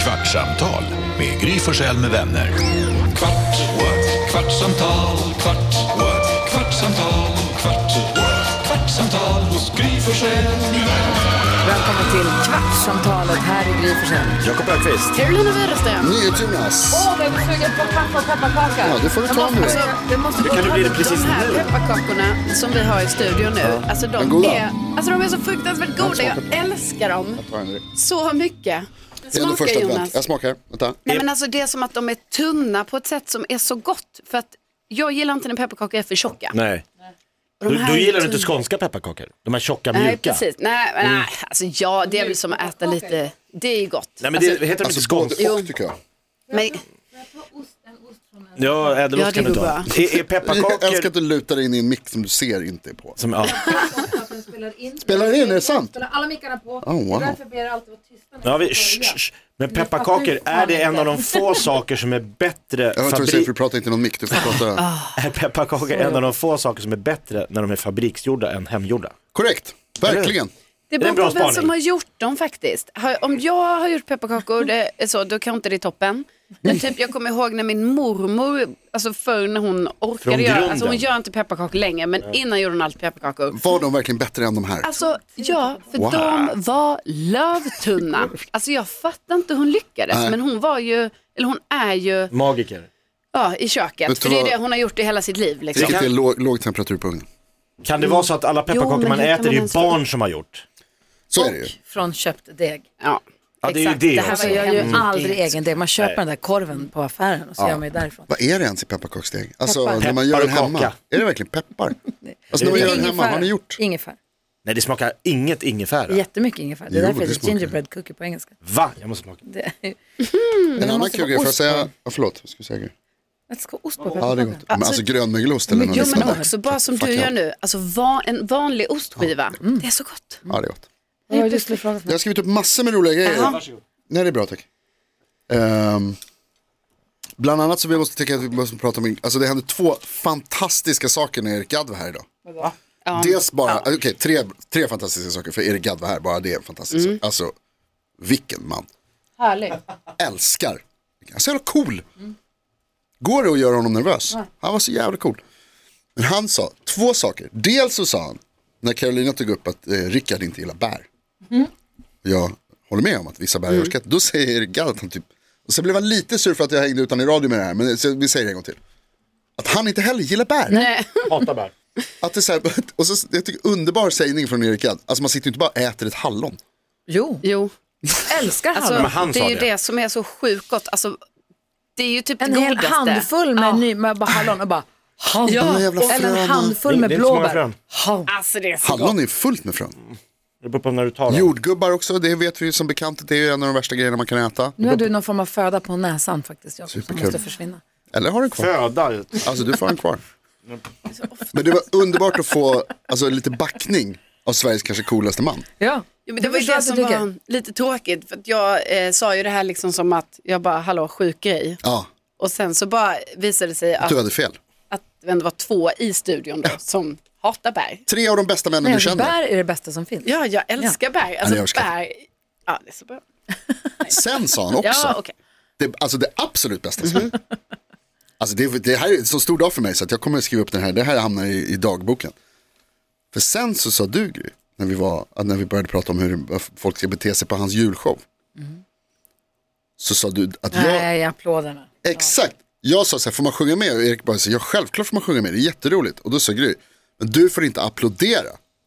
Kvartsamtal med Gry Forssell med vänner. Kvart, what? kvartsamtal, kvart, what? kvartsamtal, kvart, what? kvartsamtal hos Gry Forssell med vänner. Välkommen till Kvartsamtalet här i Gry Forssell. Jakob Öqvist. Carolina Widersten. NyhetsJonas. Åh, vad jag blir sugen på kaffe och pepparkaka. Ja, det får du Jag ta måste- nu. Alltså, jag måste Det kan gå- ju bli det precis de här nu. pepparkakorna som vi har i studion nu, alltså Men de goda. är, alltså de är så fruktansvärt goda. smakar Jag älskar dem Ta en direkt. så mycket. Det är ändå Smaka första advent. Jonas. Jag smakar. Vänta. Nej men alltså det är som att de är tunna på ett sätt som är så gott. För att jag gillar inte när pepparkakor är för tjocka. Nej. Och de Du, här du är gillar tunna. inte skånska pepparkakor? De här tjocka, mjuka? Mm. Nej precis. Nej, nej alltså ja det är väl som att äta lite, det är ju gott. Nej men det Alltså, heter de inte Alltså skånska? både och tycker jag. men, Ja, Ja, ädelost det kan du går ta. bra. Är, är Jag älskar pepparkakor... att du lutar dig in i en mick som du ser inte är på. Som, ja. spelar in. Spelar det in? Är det sant? Spelar alla mickarna på. Oh, wow. Det är därför ber jag alltid vara tysta. när Ja, jag vi, ska sh, börja. sh, sh. Men pepparkakor, är det en av de få saker som är bättre Jag tror du säger för du fabrik... pratar inte i någon mick. Du får prata. Är pepparkakor en av de få saker som är bättre när de är fabriksgjorda än hemgjorda? Korrekt. Verkligen. Det Det är beror en bra på vem spaning. som har gjort dem faktiskt. Har- Om jag har gjort pepparkakor, det är så, då kan inte det är toppen. Men typ, jag kommer ihåg när min mormor, alltså förr när hon Från orkade göra, alltså hon grunden. gör inte pepparkakor längre, men innan gjorde hon alltid pepparkakor. Var de verkligen bättre än de här? Alltså ja, för Wow. de var lövtunna. Alltså jag fattar inte hur hon lyckades, men hon var ju, eller hon är ju, Magiker. ja i köket. Vet du för det är vad- det hon har gjort i hela sitt liv liksom. Vilket är låg, låg temperatur på ugnen. Kan det vara så att alla pepparkakor Mm. men man hur kan äter, det är man ju barn som har gjort? Så är det ju. från köpt deg. Ja, Mm. Ja, det är ju exakt. det här också. var ju Jag gör hemgjort. aldrig egen deg. Man köper den där korven på affären och så gör man ju därifrån. Vad är det ens i pepparkaksdeg? Alltså Peppar. när man gör den Peppar och hemma. kaka. Är det verkligen peppar? Alltså när man gör den hemma, har ni gjort? Ingefär. Nej, det smakar inget ingefära. Jättemycket ingefär. Det är Jo, därför det det heter smakar. gingerbread cookie på engelska. Va? Jag måste smaka. Det, En annan måste kul få grej, får jag ost säga? på. Ja, förlåt, vad ska jag säga grej? jag ska ha ost på Ja, det är pepparkakan. gott. Men alltså grönmögelost eller liksom något Jo men liknande. också bara som Fuck du ja. gör nu, alltså va, en vanlig ostskiva, Mm. det är så gott. Ja, det är gott. Vad var det du skulle fråga för Jag mig? har skrivit upp massor med roliga grejer. Nej, det är bra tack. Ehm, bland annat så vi måste tycka att vi måste prata om, alltså det hände två fantastiska saker när Erik Gadd var här idag. Dels bara, okej, tre, tre fantastiska saker, för Erik Gadd var här, bara det är en fantastisk sak. Alltså, vilken man. Härlig. Älskar. Han är så jävla cool. Går det att göra honom nervös? Han var så jävla cool. Men han sa två saker. Dels så sa han, när Carolina tog upp att eh, Rickard inte gillar bär Mm. jag håller med om att vissa bär är mm. Då säger Erik Gadd att han typ, och sen blev han lite sur för att jag hängde utan i radio med det här, men eh, så, vi säger det en gång till. Att han inte heller gillar bär. Hatar bär. Att det är så här, och så, jag tycker underbar sägning från Erik Gadd, alltså man sitter ju inte bara och äter ett hallon. Jo, Jo, älskar alltså, hallon. han det sa är ju det. det. som är så sjukt gott. Alltså, det är ju typ En det hel godaste. handfull med, ny, med bara hallon och bara hallon. De jävla Eller en fröna. handfull med Det är inte så många blåbär. frön. Hallon. Alltså det är så gott. Hallon är fullt med frön. Det beror på när du tar dem. Jordgubbar också, det vet vi ju som bekant, det är ju en av de värsta grejerna man kan äta. Nu har du någon form av föda på näsan faktiskt, Jakob, som Superkul. måste försvinna. Eller har den kvar. Föda. Alltså du får den kvar. Men det var underbart att få alltså, lite backning av Sveriges kanske coolaste man. Ja, Jo, men det var ju förstår det att du som tycker. var lite tråkigt. För att jag eh, sa ju det här liksom som att jag bara, hallå sjuk grej. Ja, Och sen så bara visade det sig att, du hade fel. att det ändå var två i studion då, som hatar bär. Tre av de bästa männen Nej, du känner. bär är det bästa som finns. Ja, jag älskar bär. Alltså det överskattar. bär, ja det är så bra. Sen sa han också, Ja, okej. det, alltså det absolut bästa som mm Alltså det, det här är en så stor dag för mig så att jag kommer att skriva upp den här, det här hamnar i, i dagboken. För sen så sa du Gry, när vi, var, när vi började prata om hur folk ska bete sig på hans julshow. Så sa du att jag, Mm. Nej, applåderna. exakt, jag sa så här, får man sjunga med? Och Erik bara, så, ja självklart får man sjunga med, det är jätteroligt. Och då sa Gry, men du får inte applådera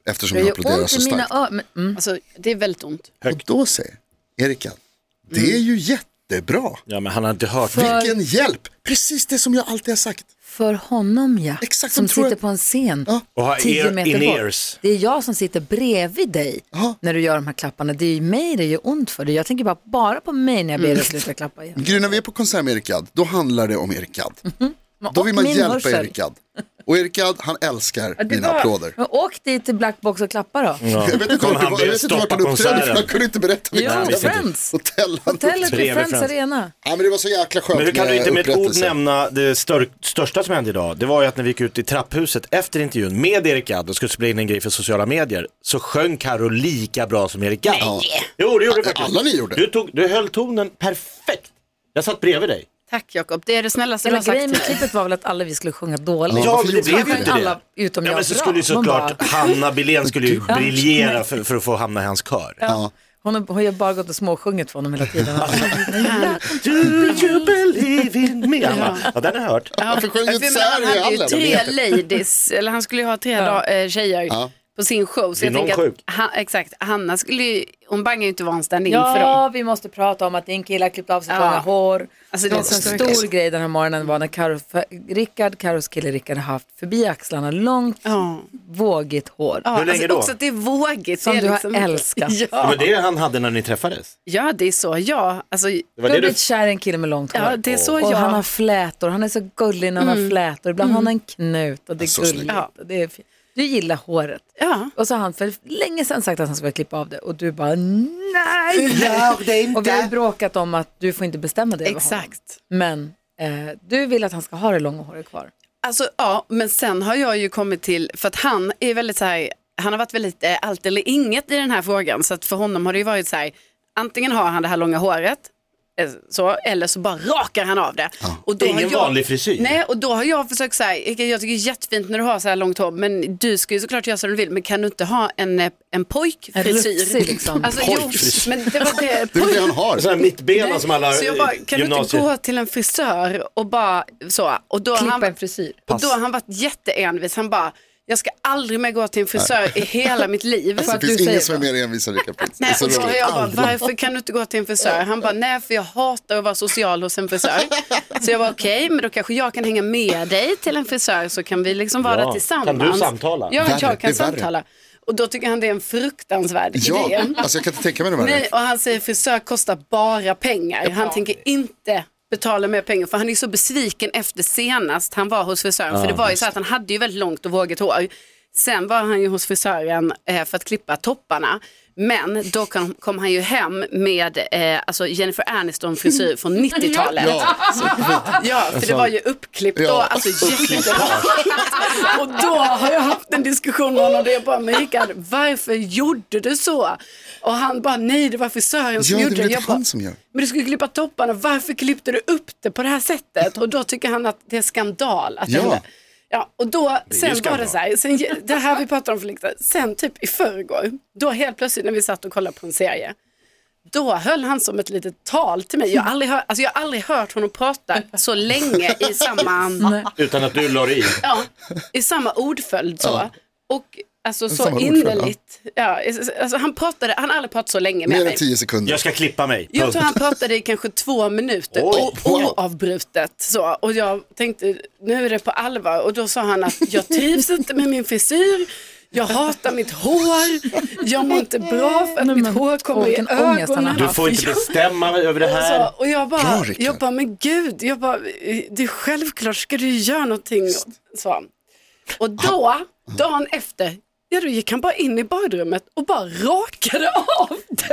eftersom jag Det gör applåderar ont så i mina starkt. öron. men- Mm. Alltså det är väldigt ont. Och då säger Erika, det är ju jättebra. Ja, men han har inte hört det. Mm. För- Vilken hjälp! Precis det som jag alltid har sagt. För honom ja, Exakt, som som tror sitter att- på en scen Ja. Och har 10 ear- meter in-ears. bort. Det är jag som sitter bredvid dig Ja. när du gör de här klapparna. Det är ju mig det gör ont för. Det. Jag tänker bara, bara på mig när jag Mm. ber dig sluta klappa igen. Gry, när vi är på konsert med Erik Gadd, då handlar det om Erik Gadd. Då Mm-hmm. och vill man min hjälpa hörsel. Erik Gadd. Och Erik Gadd, han älskar Ja, det mina var- applåder. Men åk dit till Black Box och klappa då. Jag vet inte vart Kommer det han var- jag bli vet inte vart han stoppa uppträdde, för konserten? han kunde inte berätta Jo, vilket hotell. Friends. Hotell han Hotellet vid Trevlig Friends Friends. Arena. Ja, men det var så jäkla skönt Men hur kan du inte med ett ord upprättelse. nämna det stör, största som hände idag? Det var ju att när vi gick ut i trapphuset efter intervjun med Erik Gadd och skulle spela in en grej för sociala medier så sjöng Karo lika bra som Erik Gadd. Jo, det gjorde du faktiskt. alla ni gjorde. Du, tog, du höll tonen perfekt. Jag satt bredvid dig. Tack Jakob, det är det snällaste du Hela har sagt grejen med till mig. klippet var väl att alla vi skulle sjunga dåligt. Ja, men det blev Sjöng alla utom Ja, jag men så bra. skulle ju Man såklart bara- Hanna Billén skulle ju briljera för, för att få hamna i hans kör. Ja. Hon har, hon har ju bara gått och småsjungit för honom hela tiden. Do you believe in me? Ja, ja den har jag hört. Varför sjöng Jag inte menar, Sär Alltså, han i hade ju hallen? tre ladies, eller han skulle ju ha tre dag, eh, tjejer Ja. på sin show. Så Är jag någon tänker sjuk? att, han, exakt, Hanna skulle ju, hon bangar ju inte vara en stand-in för dem. ja, vi måste prata om att din kille har klippt av sig Ja. långa hår. Alltså, det är en så stor tråkigt. grej den här morgonen var när Karo, för, Rickard, Karos kille Rickard har haft förbi axlarna långt, Ja. vågigt hår. Ja, Hur länge alltså då? Också att det är vågigt. Som det är liksom- du har älskat. Det Ja, var det han hade när ni träffades. ja det är så. Ja, alltså, Det Du har var det du... blivit kär i en kille med långt hår. ja det är så Och jag... Mm. han har flätor, han är så gullig när han har flätor. Ibland har han en knut och det är Så gulligt. snygg. Och det är fint. du gillar håret. Ja. Och så har han för länge sedan sagt att han ska börja klippa av det och du bara nej. Och vi har ju bråkat om att du får inte bestämma det över honom. Exakt. Men eh, du vill att han ska ha det långa håret kvar. Alltså, ja, men sen har jag ju kommit till, för att han är väldigt så här, han har varit väldigt eh, allt eller inget i den här frågan, så att för honom har det ju varit så här, antingen har han det här långa håret, eh, så, eller så bara rakar han av det. Och då Ingen har jag, vanlig frisyr. Nej, och då har jag försökt så här, jag tycker det är jättefint när du har så här långt hår, men du ska ju såklart göra som du vill, men kan du inte ha en, eh, en En pojkfrisyr? rufsig liksom. Alltså, jo, Pojkfrisyr. men det var det, Det är väl det han har. Sådana här mittbena Nej, som alla så jag bara, kan du inte gymnasier. gå till en frisör och bara så? Och då, har han, Klippa en frisyr. och då har han varit jätteenvis. Han bara, jag ska aldrig mer gå till en frisör i hela mitt liv. För att Alltså, Det du finns säger ingen som är mer envis än Rickard Prins. Det är Nej, så och då har roligt. jag bara, varför kan du inte gå till en frisör? Han bara, nej för jag hatar att vara social hos en frisör. Så jag var okej, men då kanske jag kan hänga med dig till en frisör så kan vi liksom vara Ja, där tillsammans. kan du samtala? Ja, Värre, jag det är kan värre. samtala. Och då tycker han det är en fruktansvärd idé. Ja, alltså jag kan inte tänka mig det Nej, värre. och han säger frisör kostar bara pengar. Han tänker inte betala mer pengar för han är så besviken efter senast han var hos frisören. för det var ju så att han hade ju väldigt långt och vågigt hår. Sen var han ju hos frisören eh, för att klippa topparna. Men då kom, kom han ju hem med eh, alltså Jennifer Aniston frisyr från 90-talet. Ja, Ja, för det var ju uppklippt då. Ja. Alltså jättelångt. Och då har jag haft en diskussion med honom där jag bara, men Rickard, varför gjorde du så? Och han bara, nej det var frisören som Ja, det är gjorde väl Jag inte bara, han som gör. Men du skulle klippa topparna, varför klippte du upp det på det här sättet? Och då tycker han att det är skandal. Att det Ja. hände. Ja, och då, är ju sen var det skandal. så här, sen, det här vi pratade om för lite, sen typ i förrgår, då helt plötsligt när vi satt och kollade på en serie, då höll han som ett litet tal till mig. Jag har aldrig, hör, alltså jag har aldrig hört honom prata så länge i samma, Utan att du la dig i. ja, i samma ordföljd. Så. Och alltså, så samma ordföljd, innerligt. Ja, alltså, han, pratade, han har aldrig pratat så länge med mer än mig. tio sekunder. Jag ska klippa mig. Jag Punkt. tror han pratade i kanske två minuter Oj, och oavbrutet. Så. Och jag tänkte, nu är det på allvar. Och då sa han att jag trivs inte med min frisyr. Jag hatar mitt hår. Jag mår inte bra för att mitt hår kommer åh, i vilken ångest han har ögonen. haft. Du får inte bestämma över det här. Så, och jag bara, Bra, Rickard. jag bara, men gud, jag bara, det är självklart ska du ju göra någonting. Så. Och då, dagen efter, ja då gick han bara in i badrummet och bara rakade av det.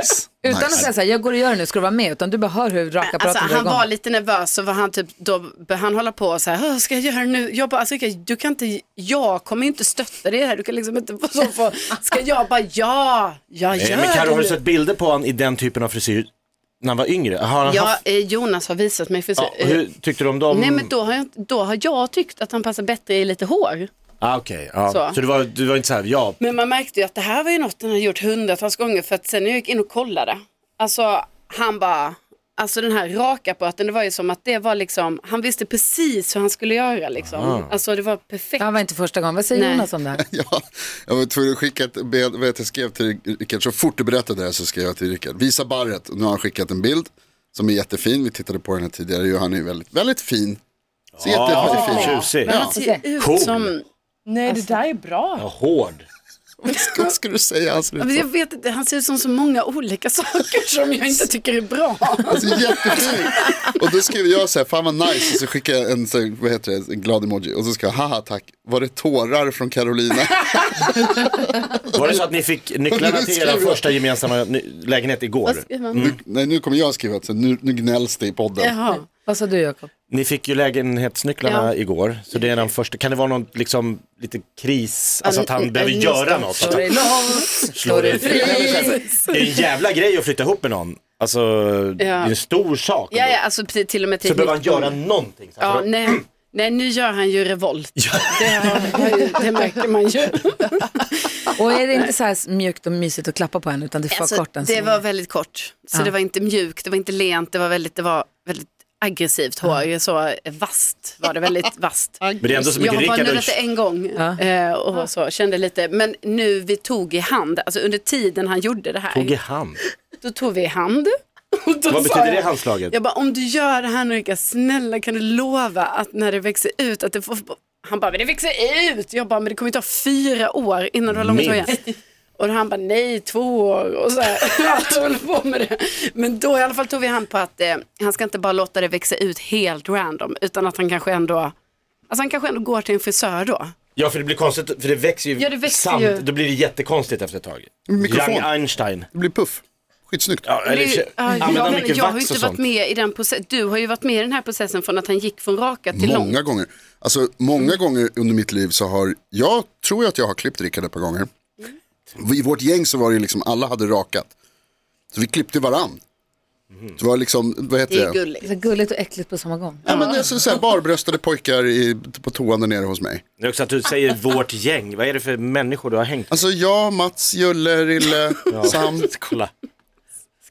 Utan att Nice. säga så här, jag går och gör det nu, ska du vara med? Utan du bara hör hur rakapparaten Alltså, drar han igång. var lite nervös så var han typ, då började han hålla på och så här, "Åh, ska jag göra det nu? Jag bara, alltså, Rickard, du kan inte, jag kommer inte stötta dig i det här, du kan liksom inte vara så få, ska jag bara, ja, jag Nej, gör Eh, men Carro, har du det nu. sett bilder på honom i den typen av frisyr när han var yngre? Har han Ja, haft... eh, Jonas har visat mig frisyr. Ja, och hur tyckte du om dem? Nej men då har, jag, då har jag tyckt att han passar bättre i lite hår. Ah, Okej, ja. Så. så, du, var, du var inte så här, ja, Men man märkte ju att det här var ju något han hade gjort hundratals gånger för att sen när jag gick in och kollade, alltså han bara, alltså den här rakapparaten, det var ju som att det var liksom, han visste precis hur han skulle göra liksom. Alltså det var perfekt. Det här var inte första gången, vad säger Nej. Jonas om det här? Ja, jag var tvungen att skicka ett, be- vet, jag skrev till Rickard, så fort du berättade det här så skrev jag till Rickard, visa barret, nu har han skickat en bild som är jättefin, vi tittade på den här tidigare, och han är väldigt, väldigt fin. Ser jätte, jättefin ut. tjusig. Ja. Ser ut Cool. som, Nej, det där är bra. Ja, hård. Vad ska du säga Alltså, han ser Ja, ut men som? Jag vet inte, han ser ut som så många olika saker som jag inte tycker är bra. Alltså jättefin. Och då skrev jag så här, fan vad nice, och så skickade jag en, så, här, vad heter det, en glad emoji. Och så skrev jag, haha tack, var det tårar från Carolina? Var det så att ni fick nycklarna till er första gemensamma ny- lägenhet igår? Nu, nej, nu kommer jag skriva, så nu, nu gnälls det i podden. Jaha. Vad sa du Jakob? Ni fick ju lägenhetsnycklarna Ja. igår, så det är den första. Kan det vara någon liksom, lite kris, alltså att han En- behöver en göra nystart. något? Att Slå dig loss, slå dig fri. Det är en jävla grej att flytta ihop med någon. Alltså, det är en stor sak. Ja, ja, alltså precis, till och med Så till. behöver han göra någonting. Så Ja, att- nej. Nej, nu gör han ju revolt. Det, har, har ju- det märker man ju. Och är det inte så här mjukt och mysigt att klappa på henne utan det är för Alltså, kort än det så. var väldigt kort. Så Ja. det var inte mjukt, det var inte lent, det var väldigt, det var väldigt aggressivt hår. Så eh, vasst var det, väldigt vasst. Men det är ändå så Jag mycket har bara Rickard nuddat Ulf. det en gång eh, och så, kände lite, men nu vi tog i hand, alltså under tiden han gjorde det här, Tog i hand. då tog vi i hand. Och då Vad sa betyder jag- det handslaget? Jag bara, om du gör det här nu Rickard, snälla kan du lova att när det växer ut att det får... Han bara, men det växer ut! Jag bara, men det kommer ju ta fyra år innan du har långt hår igen. Minst. Och då han bara, nej två år och så här. Jag håller på med det. Men då i alla fall tog vi hand på att eh, han ska inte bara låta det växa ut helt random utan att han kanske ändå, alltså han kanske ändå går till en frisör då. Ja, för det blir konstigt, för det växer ju Ja, det växer samt- ju. Då blir det jättekonstigt efter ett tag. Mikrofon. Young Einstein. Det blir puff, skitsnyggt. Ja, eller, Det- ja, använder han jag, mycket jag har ju vax inte och varit sånt? med i den processen, du har ju varit med i den här processen från att han gick från raka till lång. Många gånger. Alltså Mm. många gånger under mitt liv så har, jag tror att jag har klippt Rickard ett par gånger. Mm. I vårt gäng så var det liksom, alla hade rakat. Så vi klippte varann. Det var liksom, vad heter Det är det? gulligt. Så gulligt och äckligt på samma gång. Ja, men det är så, så här, barbröstade pojkar i, på toan där nere hos mig. Det är också att du säger vårt gäng. Vad är det för människor du har hängt Alltså jag, Mats, Julle, Rille, Sam, Kolla.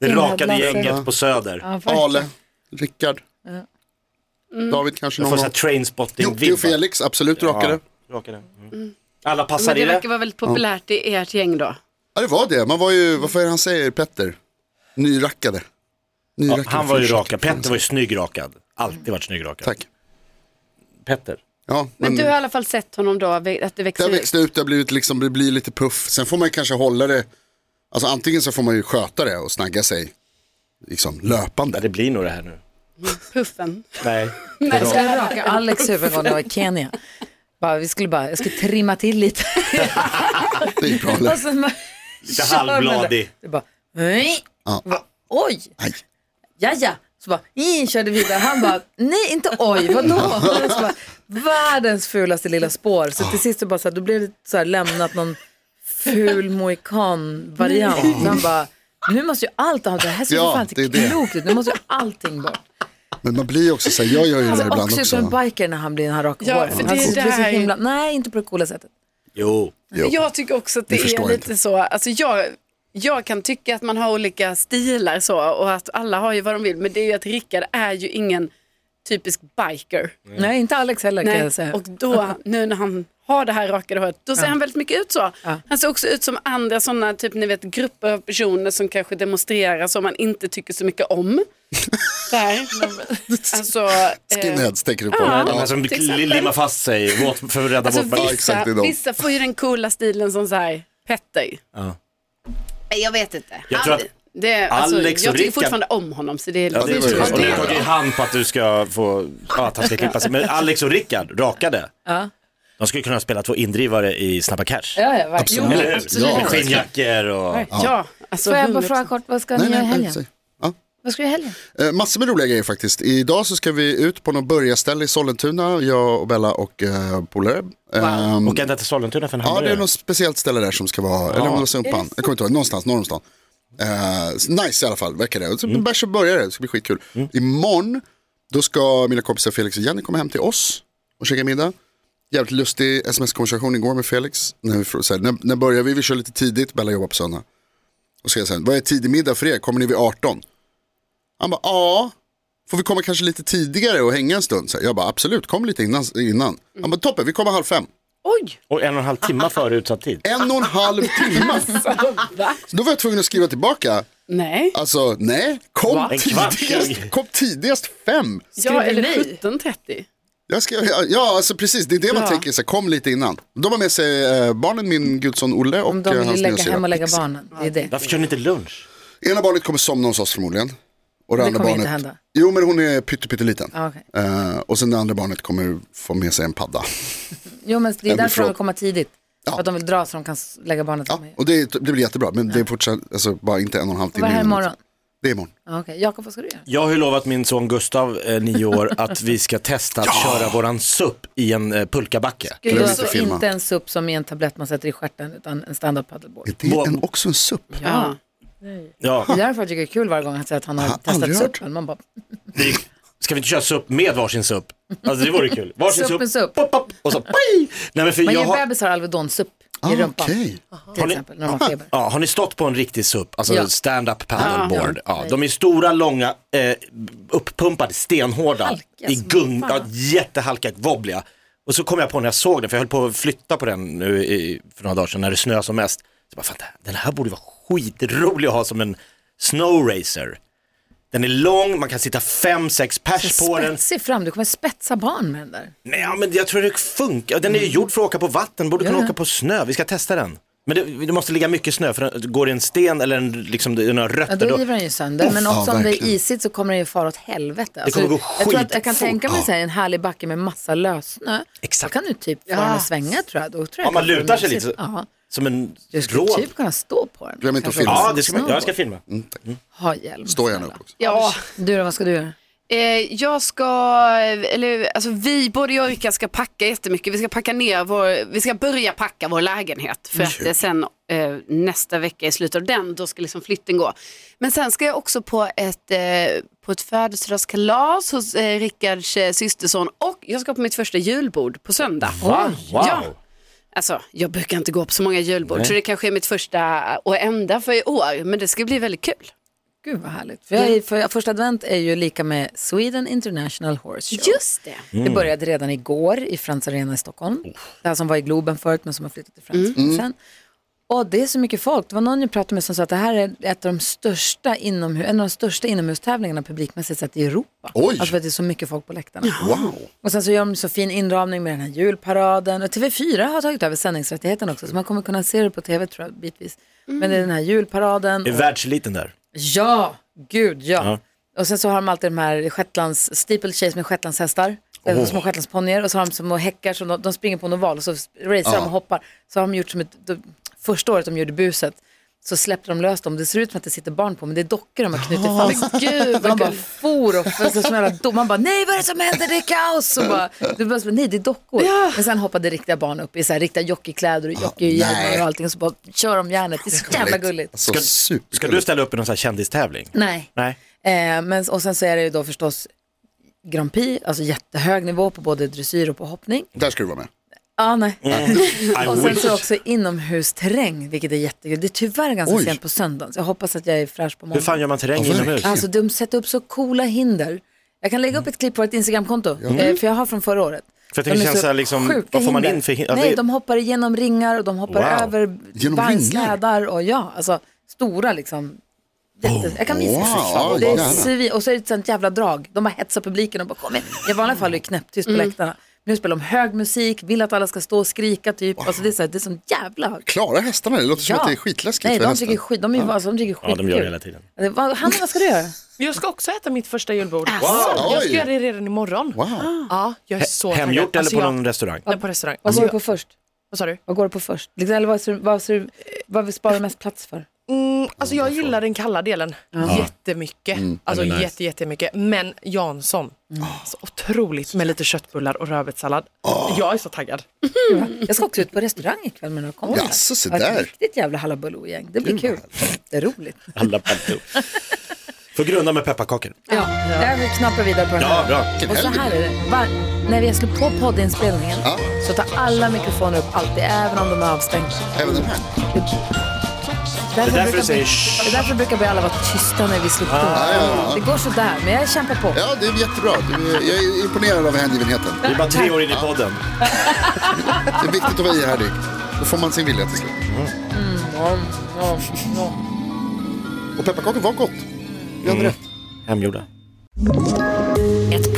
Det rakade Skinheadlasser. gänget på Söder. Ja, verkligen. Ale, Rickard, David kanske Mm. Jag får någon såhär gång. Jocke trainspotting-vibbar. och Felix, absolut rakade. Rakade. Mm. Alla passar Men i det det. verkar vara väldigt populärt i ert gäng då. Ja, det var det. Man var ju, vad fan han säger, Petter? Nyrackade. Ja, Nyrackade han var ju först. rakad. Petter var ju snygg rakad. Alltid varit snygg rakad. Tack. Petter. Ja, Men, men, du har i alla fall sett honom då, att det det växer har ut. växt ut, det har blivit liksom, det blir lite puff. Sen får man kanske hålla det, alltså antingen så får man ju sköta det och snagga sig, liksom Ja, löpande. det blir nog det här nu. Puffen. Nej. Jag skulle raka Alex huvud en gång när jag var i Kenya. Bara, vi skulle bara, jag skulle trimma till lite. Det gick bra eller? Och sen bara, Lite kör med det. halvbladig. Det bara, nej. Ja. Jag bara, Oj, Aj. ja ja. Så bara, in, körde vidare. Han bara, nej inte oj, vadå? Så bara, världens fulaste lilla spår. Så till sist så bara så här, då blev det så här lämnat någon ful mohikan-variant. Så Han bara, nu måste ju allt, han bara, det här ser Ja, ja, fan det är inte det. klokt ut, nu måste ju allting bort. Men man blir ju också så här, jag gör ju det Han där ser ibland Alltså, också ut som också. en biker när han blir när han rakar Ja, håret. för Han det är ser ut så där- himla, nej inte på det coola sättet. Jo. Jo. Jag tycker också att det Ni förstår är inte. lite så, alltså jag, jag kan tycka att man har olika stilar så och att alla har ju vad de vill men det är ju att Rickard är ju ingen typisk biker. Mm. Nej inte Alex heller kan Nej. jag säga. Och då, nu när han har det här rakade håret, då ser han väldigt mycket ut så. Ja. Han ser också ut som andra sådana, typ ni vet grupper av personer som kanske demonstrerar som man inte tycker så mycket om. Där. Alltså, eh, Skinheads tänker du på. De här Ja. som till exempel. limmar fast sig våt- för att rädda Alltså vårt barn. vissa, exakt, det är de. vissa får ju den coola stilen som så här, Petter. Ja. Nej, Jag vet inte. Jag tror att All- det, alltså, Alex och jag tycker Rickard- fortfarande om honom så det är Ja, det var ju- är- och nu Ja. tar du i hand på att du ska få, ja, att han ska klippa sig. Men Alex och Rickard rakade. Ja. De skulle kunna spela två indrivare i Snabba Cash. Ja, ja, verkligen. Absolut. Eller hur? Absolut. Med skinnjackor och... Ja, alltså, Får jag bara 100%. fråga kort, vad ska ni Nej, göra i nej, helgen? nej. Ja. Vad ska du i helgen? Eh, Massor med roliga grejer faktiskt. Idag så ska vi ut på något burgarställe i Sollentuna, jag och Bella och eh, polare. Ehm, Och ända till Sollentuna för en Ja, det är hamburgare. något speciellt ställe där som ska vara, eller om det var Sumpan, jag kommer inte ihåg, någonstans norr om stan. Eh, nice i alla fall, verkar det. Och så Bärs och börjar det, det ska bli skitkul. Imorgon, då ska mina kompisar Felix och Jenny komma hem till oss och käka middag. Jävligt lustig sms-konversation igår med Felix. När, vi, frå- så här, när, när börjar vi? Vi kör lite tidigt, Bella jobbar på söndag. Och så är jag så här, vad är tidig middag för er? Kommer ni vid 18? Han bara, ja. Får vi komma kanske lite tidigare och hänga en stund? Så här, jag bara, absolut, kom lite innan. innan. Han bara, toppen, vi kommer halv fem. Oj, Och en och en halv timme före utsatt tid. En och en halv timme. Alltså, Så då var jag tvungen att skriva tillbaka. nej. Alltså nej, kom, En kvart. tidigast, kom tidigast fem. Ja, eller vi? 17.30. Jag ska, ja, alltså precis. Det är det man Ja. tänker, så här, kom lite innan. De har med sig eh, barnen, min gudson Olle och Om eh, de hans vill lägga nya hem och syrra. lägga barnen. Det är det. Varför kör ni inte lunch? Ena barnet kommer somna hos oss förmodligen. Och det, Det andra kommer barnet... inte hända. Jo, men hon är pytte- pytteliten. Ja, okej. Eh, och sen det andra barnet kommer få med sig en padda. Jo, men det är Ändå därför de fråga. vill komma tidigt. För att de vill dra så de kan s- lägga barnet Ja, hemma. och det, det blir jättebra, men det är fortsatt, alltså, bara inte en och en halv timme. Vad är det här innan. imorgon? Det är imorgon. Ja, Okej, Jakob, vad ska du göra? Jag har ju lovat min son Gustav, eh, nio år, att vi ska testa att köra våran SUP i en eh, pulkabacke. Gud, Glöm jag inte såg filma. alltså inte en SUP som är en tablett man sätter i stjärten utan en stand-up paddleboard. Är det Vad- en, också en SUP? Ja. Ja, Det är därför jag tycker det är kul varje gång han säger att han har har testat aldrig hört. SUPen. Man bara, det, ska vi inte köra SUP med varsin SUP? Alltså det vore kul. Varsin Sup SUP, med sup. Pop, pop, och så paj! Nej men för man jag ger har, bebisar Alvedon-SUP i Ah, rumpan. Okej. Till Har ni- Ah, exempel, när de har feber. ja, har ni stått på en riktig SUP, alltså Ja. stand-up paddleboard? Ja, de är stora, långa, eh, upppumpade, stenhårda, Halkiga i som gung, fan. ja, jättehalkiga, wobbliga. Och så kom jag på när jag såg den, för jag höll på att flytta på den nu i, för några dagar sedan när det snöade som mest. Så bara, fan, det här- den här borde vara skitrolig att ha som en snow racer. Den är lång, man kan sitta fem, sex pers på den. Spetsig fram, du kommer spetsa barn med den där. Nej, ja, men jag tror det funkar. Den är ju gjord för att åka på vatten, borde kunna Mm. Ja, ja. åka på snö. Vi ska testa den. Men det, det måste ligga mycket snö, för den- går det en sten eller en, liksom, det är några Ja, rötter då då... river den ju sönder. Men också om det är verkligen. isigt så kommer den ju fara åt helvete. Alltså, kommer gå jag tror att jag kan skitfort. tänka mig så här, en härlig backe med massa lössnö. Exakt. Då kan du typ få den att svänga tror jag. Då tror jag Ja, man jag kan få lutar den sig mysigt. lite så. Ja. Som en Du skulle råd. typ kunna stå på den. Glöm inte att Kanske filma. också Ja, det ska man, jag ska snowboard. filma. Mm, tack. Ha hjälm. Stå gärna upp snälla. också. ja. Du då, vad ska du göra? Eh, jag ska, eller alltså vi, både jag och Rickard ska packa jättemycket. Vi ska packa ner vår, vi ska börja packa vår lägenhet för att eh, sen eh, nästa vecka i slutet av den, då ska liksom flytten gå. Men sen ska jag också på ett, eh, på ett födelsedagskalas hos eh, Rickards eh, systerson och jag ska på mitt första julbord på söndag. Va? Wow! Ja. Alltså, jag brukar inte gå på så många julbord Nej. så det kanske är mitt första och enda för i år, men det ska bli väldigt kul. Gud vad härligt. För jag är, för första advent är ju lika med Sweden International Horse Show. Just det. Det började redan igår i Friends Arena i Stockholm. Det här som var i Globen förut men som har flyttat till Friends sen. Och det är så mycket folk. Det var någon jag pratade med som sa att det här är ett av de största, inomhus, en av de största inomhustävlingarna publikmässigt sett i Europa. Oj. Alltså för att det är så mycket folk på läktarna. Wow. Och sen så gör de så fin inramning med den här julparaden. Och TV4 har tagit över sändningsrättigheten också så man kommer kunna se det på TV tror jag bitvis. Men det är den här julparaden. Är världseliten där? Ja, gud ja. Ja. Och sen så har de alltid de här Shetlands, steeplechase med shetlandshästar. Oh. Små shetlandsponnyer och så har de små häckar som de, de springer på en oval och så racear de och hoppar. Så har de gjort som ett, de, första året de gjorde buset så släppte de lös dem. Det ser ut som att det sitter barn på men det är dockor de har knutit fast. Gud Man vad bara kul. for och för, så som jävla dom. Man bara nej vad är det som händer, det är kaos. Och bara, det bara, nej det är dockor. Men sen hoppade riktiga barn upp i så här, riktiga jockeykläder och jockeyhjälmar nej. och allting. Och så bara kör de järnet, det är så jävla gulligt. Alltså, Ska- super. Ska du ställa upp i någon sån här kändistävling? Nej. Nej. Eh, men, och sen så är det ju då förstås Grand Prix, alltså jättehög nivå på både dressyr och på hoppning. Där ska du vara med. Ah, nej. Och Mm. I sen wish. så också inomhusterräng, vilket är jättekul. Det är tyvärr ganska Oj. sent på söndagen, så jag hoppas att jag är fräsch på Hur måndag. fan gör man terräng Ja, inomhus? verkligen. Alltså de sätter upp så coola hinder. Jag kan lägga upp ett klipp på ett Instagramkonto, eh, för jag har från förra året. Mm. För jag tänker De är känns så här liksom, sjuka vad får man hinder. in för hin- alltså, Nej, det- de hoppar igenom ringar och de hoppar Wow. över Genom vagnslädar och ja, alltså stora liksom. Jätte, jag kan visa. Oh, Wow, Wow, det är gärna. svin- och så är det ett sånt jävla drag. De har hetsat publiken och bara kom igen. I vanliga fall är det knäpptyst på läktarna. Nu spelar de hög musik, vill att alla ska stå och skrika typ. Alltså det är så här, det är sån jävla hög. Klarar hästarna det? låter som att det är skitläskigt Nej, för de hästen. tycker skit, de är ju alltså, de tycker Ja, de gör det skitkul. hela tiden. Ja, det var- Hanna, vad ska du göra? Jag ska också äta mitt första julbord. Wow, Jag ska oj. göra det redan imorgon. Ah. Wow. Ja, jag är så taggad. Hemgjort eller Alltså, på jag- någon restaurang? Nej, på restaurang. Vad Alltså, går du jag, på först? vad sa du? Vad går du på först? Liksom, Eller vad, ser, du- vad, ser, du- vad vi sparar mest plats för? Mm, alltså jag gillar den kalla delen jättemycket. Mm. Alltså nice. Mm. jätte, jättemycket. Men Jansson, alltså, otroligt med lite köttbullar och rödbetssallad. Jag är så taggad. Jag ska också ut på restaurang ikväll med några kompisar. Jaså, se Ja, Ett där. riktigt jävla hallabaloo-gäng. Det blir kul. Det är roligt. Alla pantor. Får grunda med pepparkakor. Ja, Jag knappar vidare på den Ja, här. bra. Och så här är det. Var, när vi slår på poddinspelningen Ja. så tar alla mikrofoner upp alltid, även om de är avstängda. Även den här. Därför därför brukar du säger vi- shh. det är därför brukar vi alla vara tysta när vi slår på. ja, ja. Det går sådär, men jag kämpar på. Ja, det är jättebra. Du, är- jag är imponerad av hängivenheten. Vi är bara tre år in i podden. Det är viktigt att vara ihärdig. Då får man sin vilja till slut. Mm, Och pepparkakor var gott. Jag hade rätt. Hemgjorda. Ett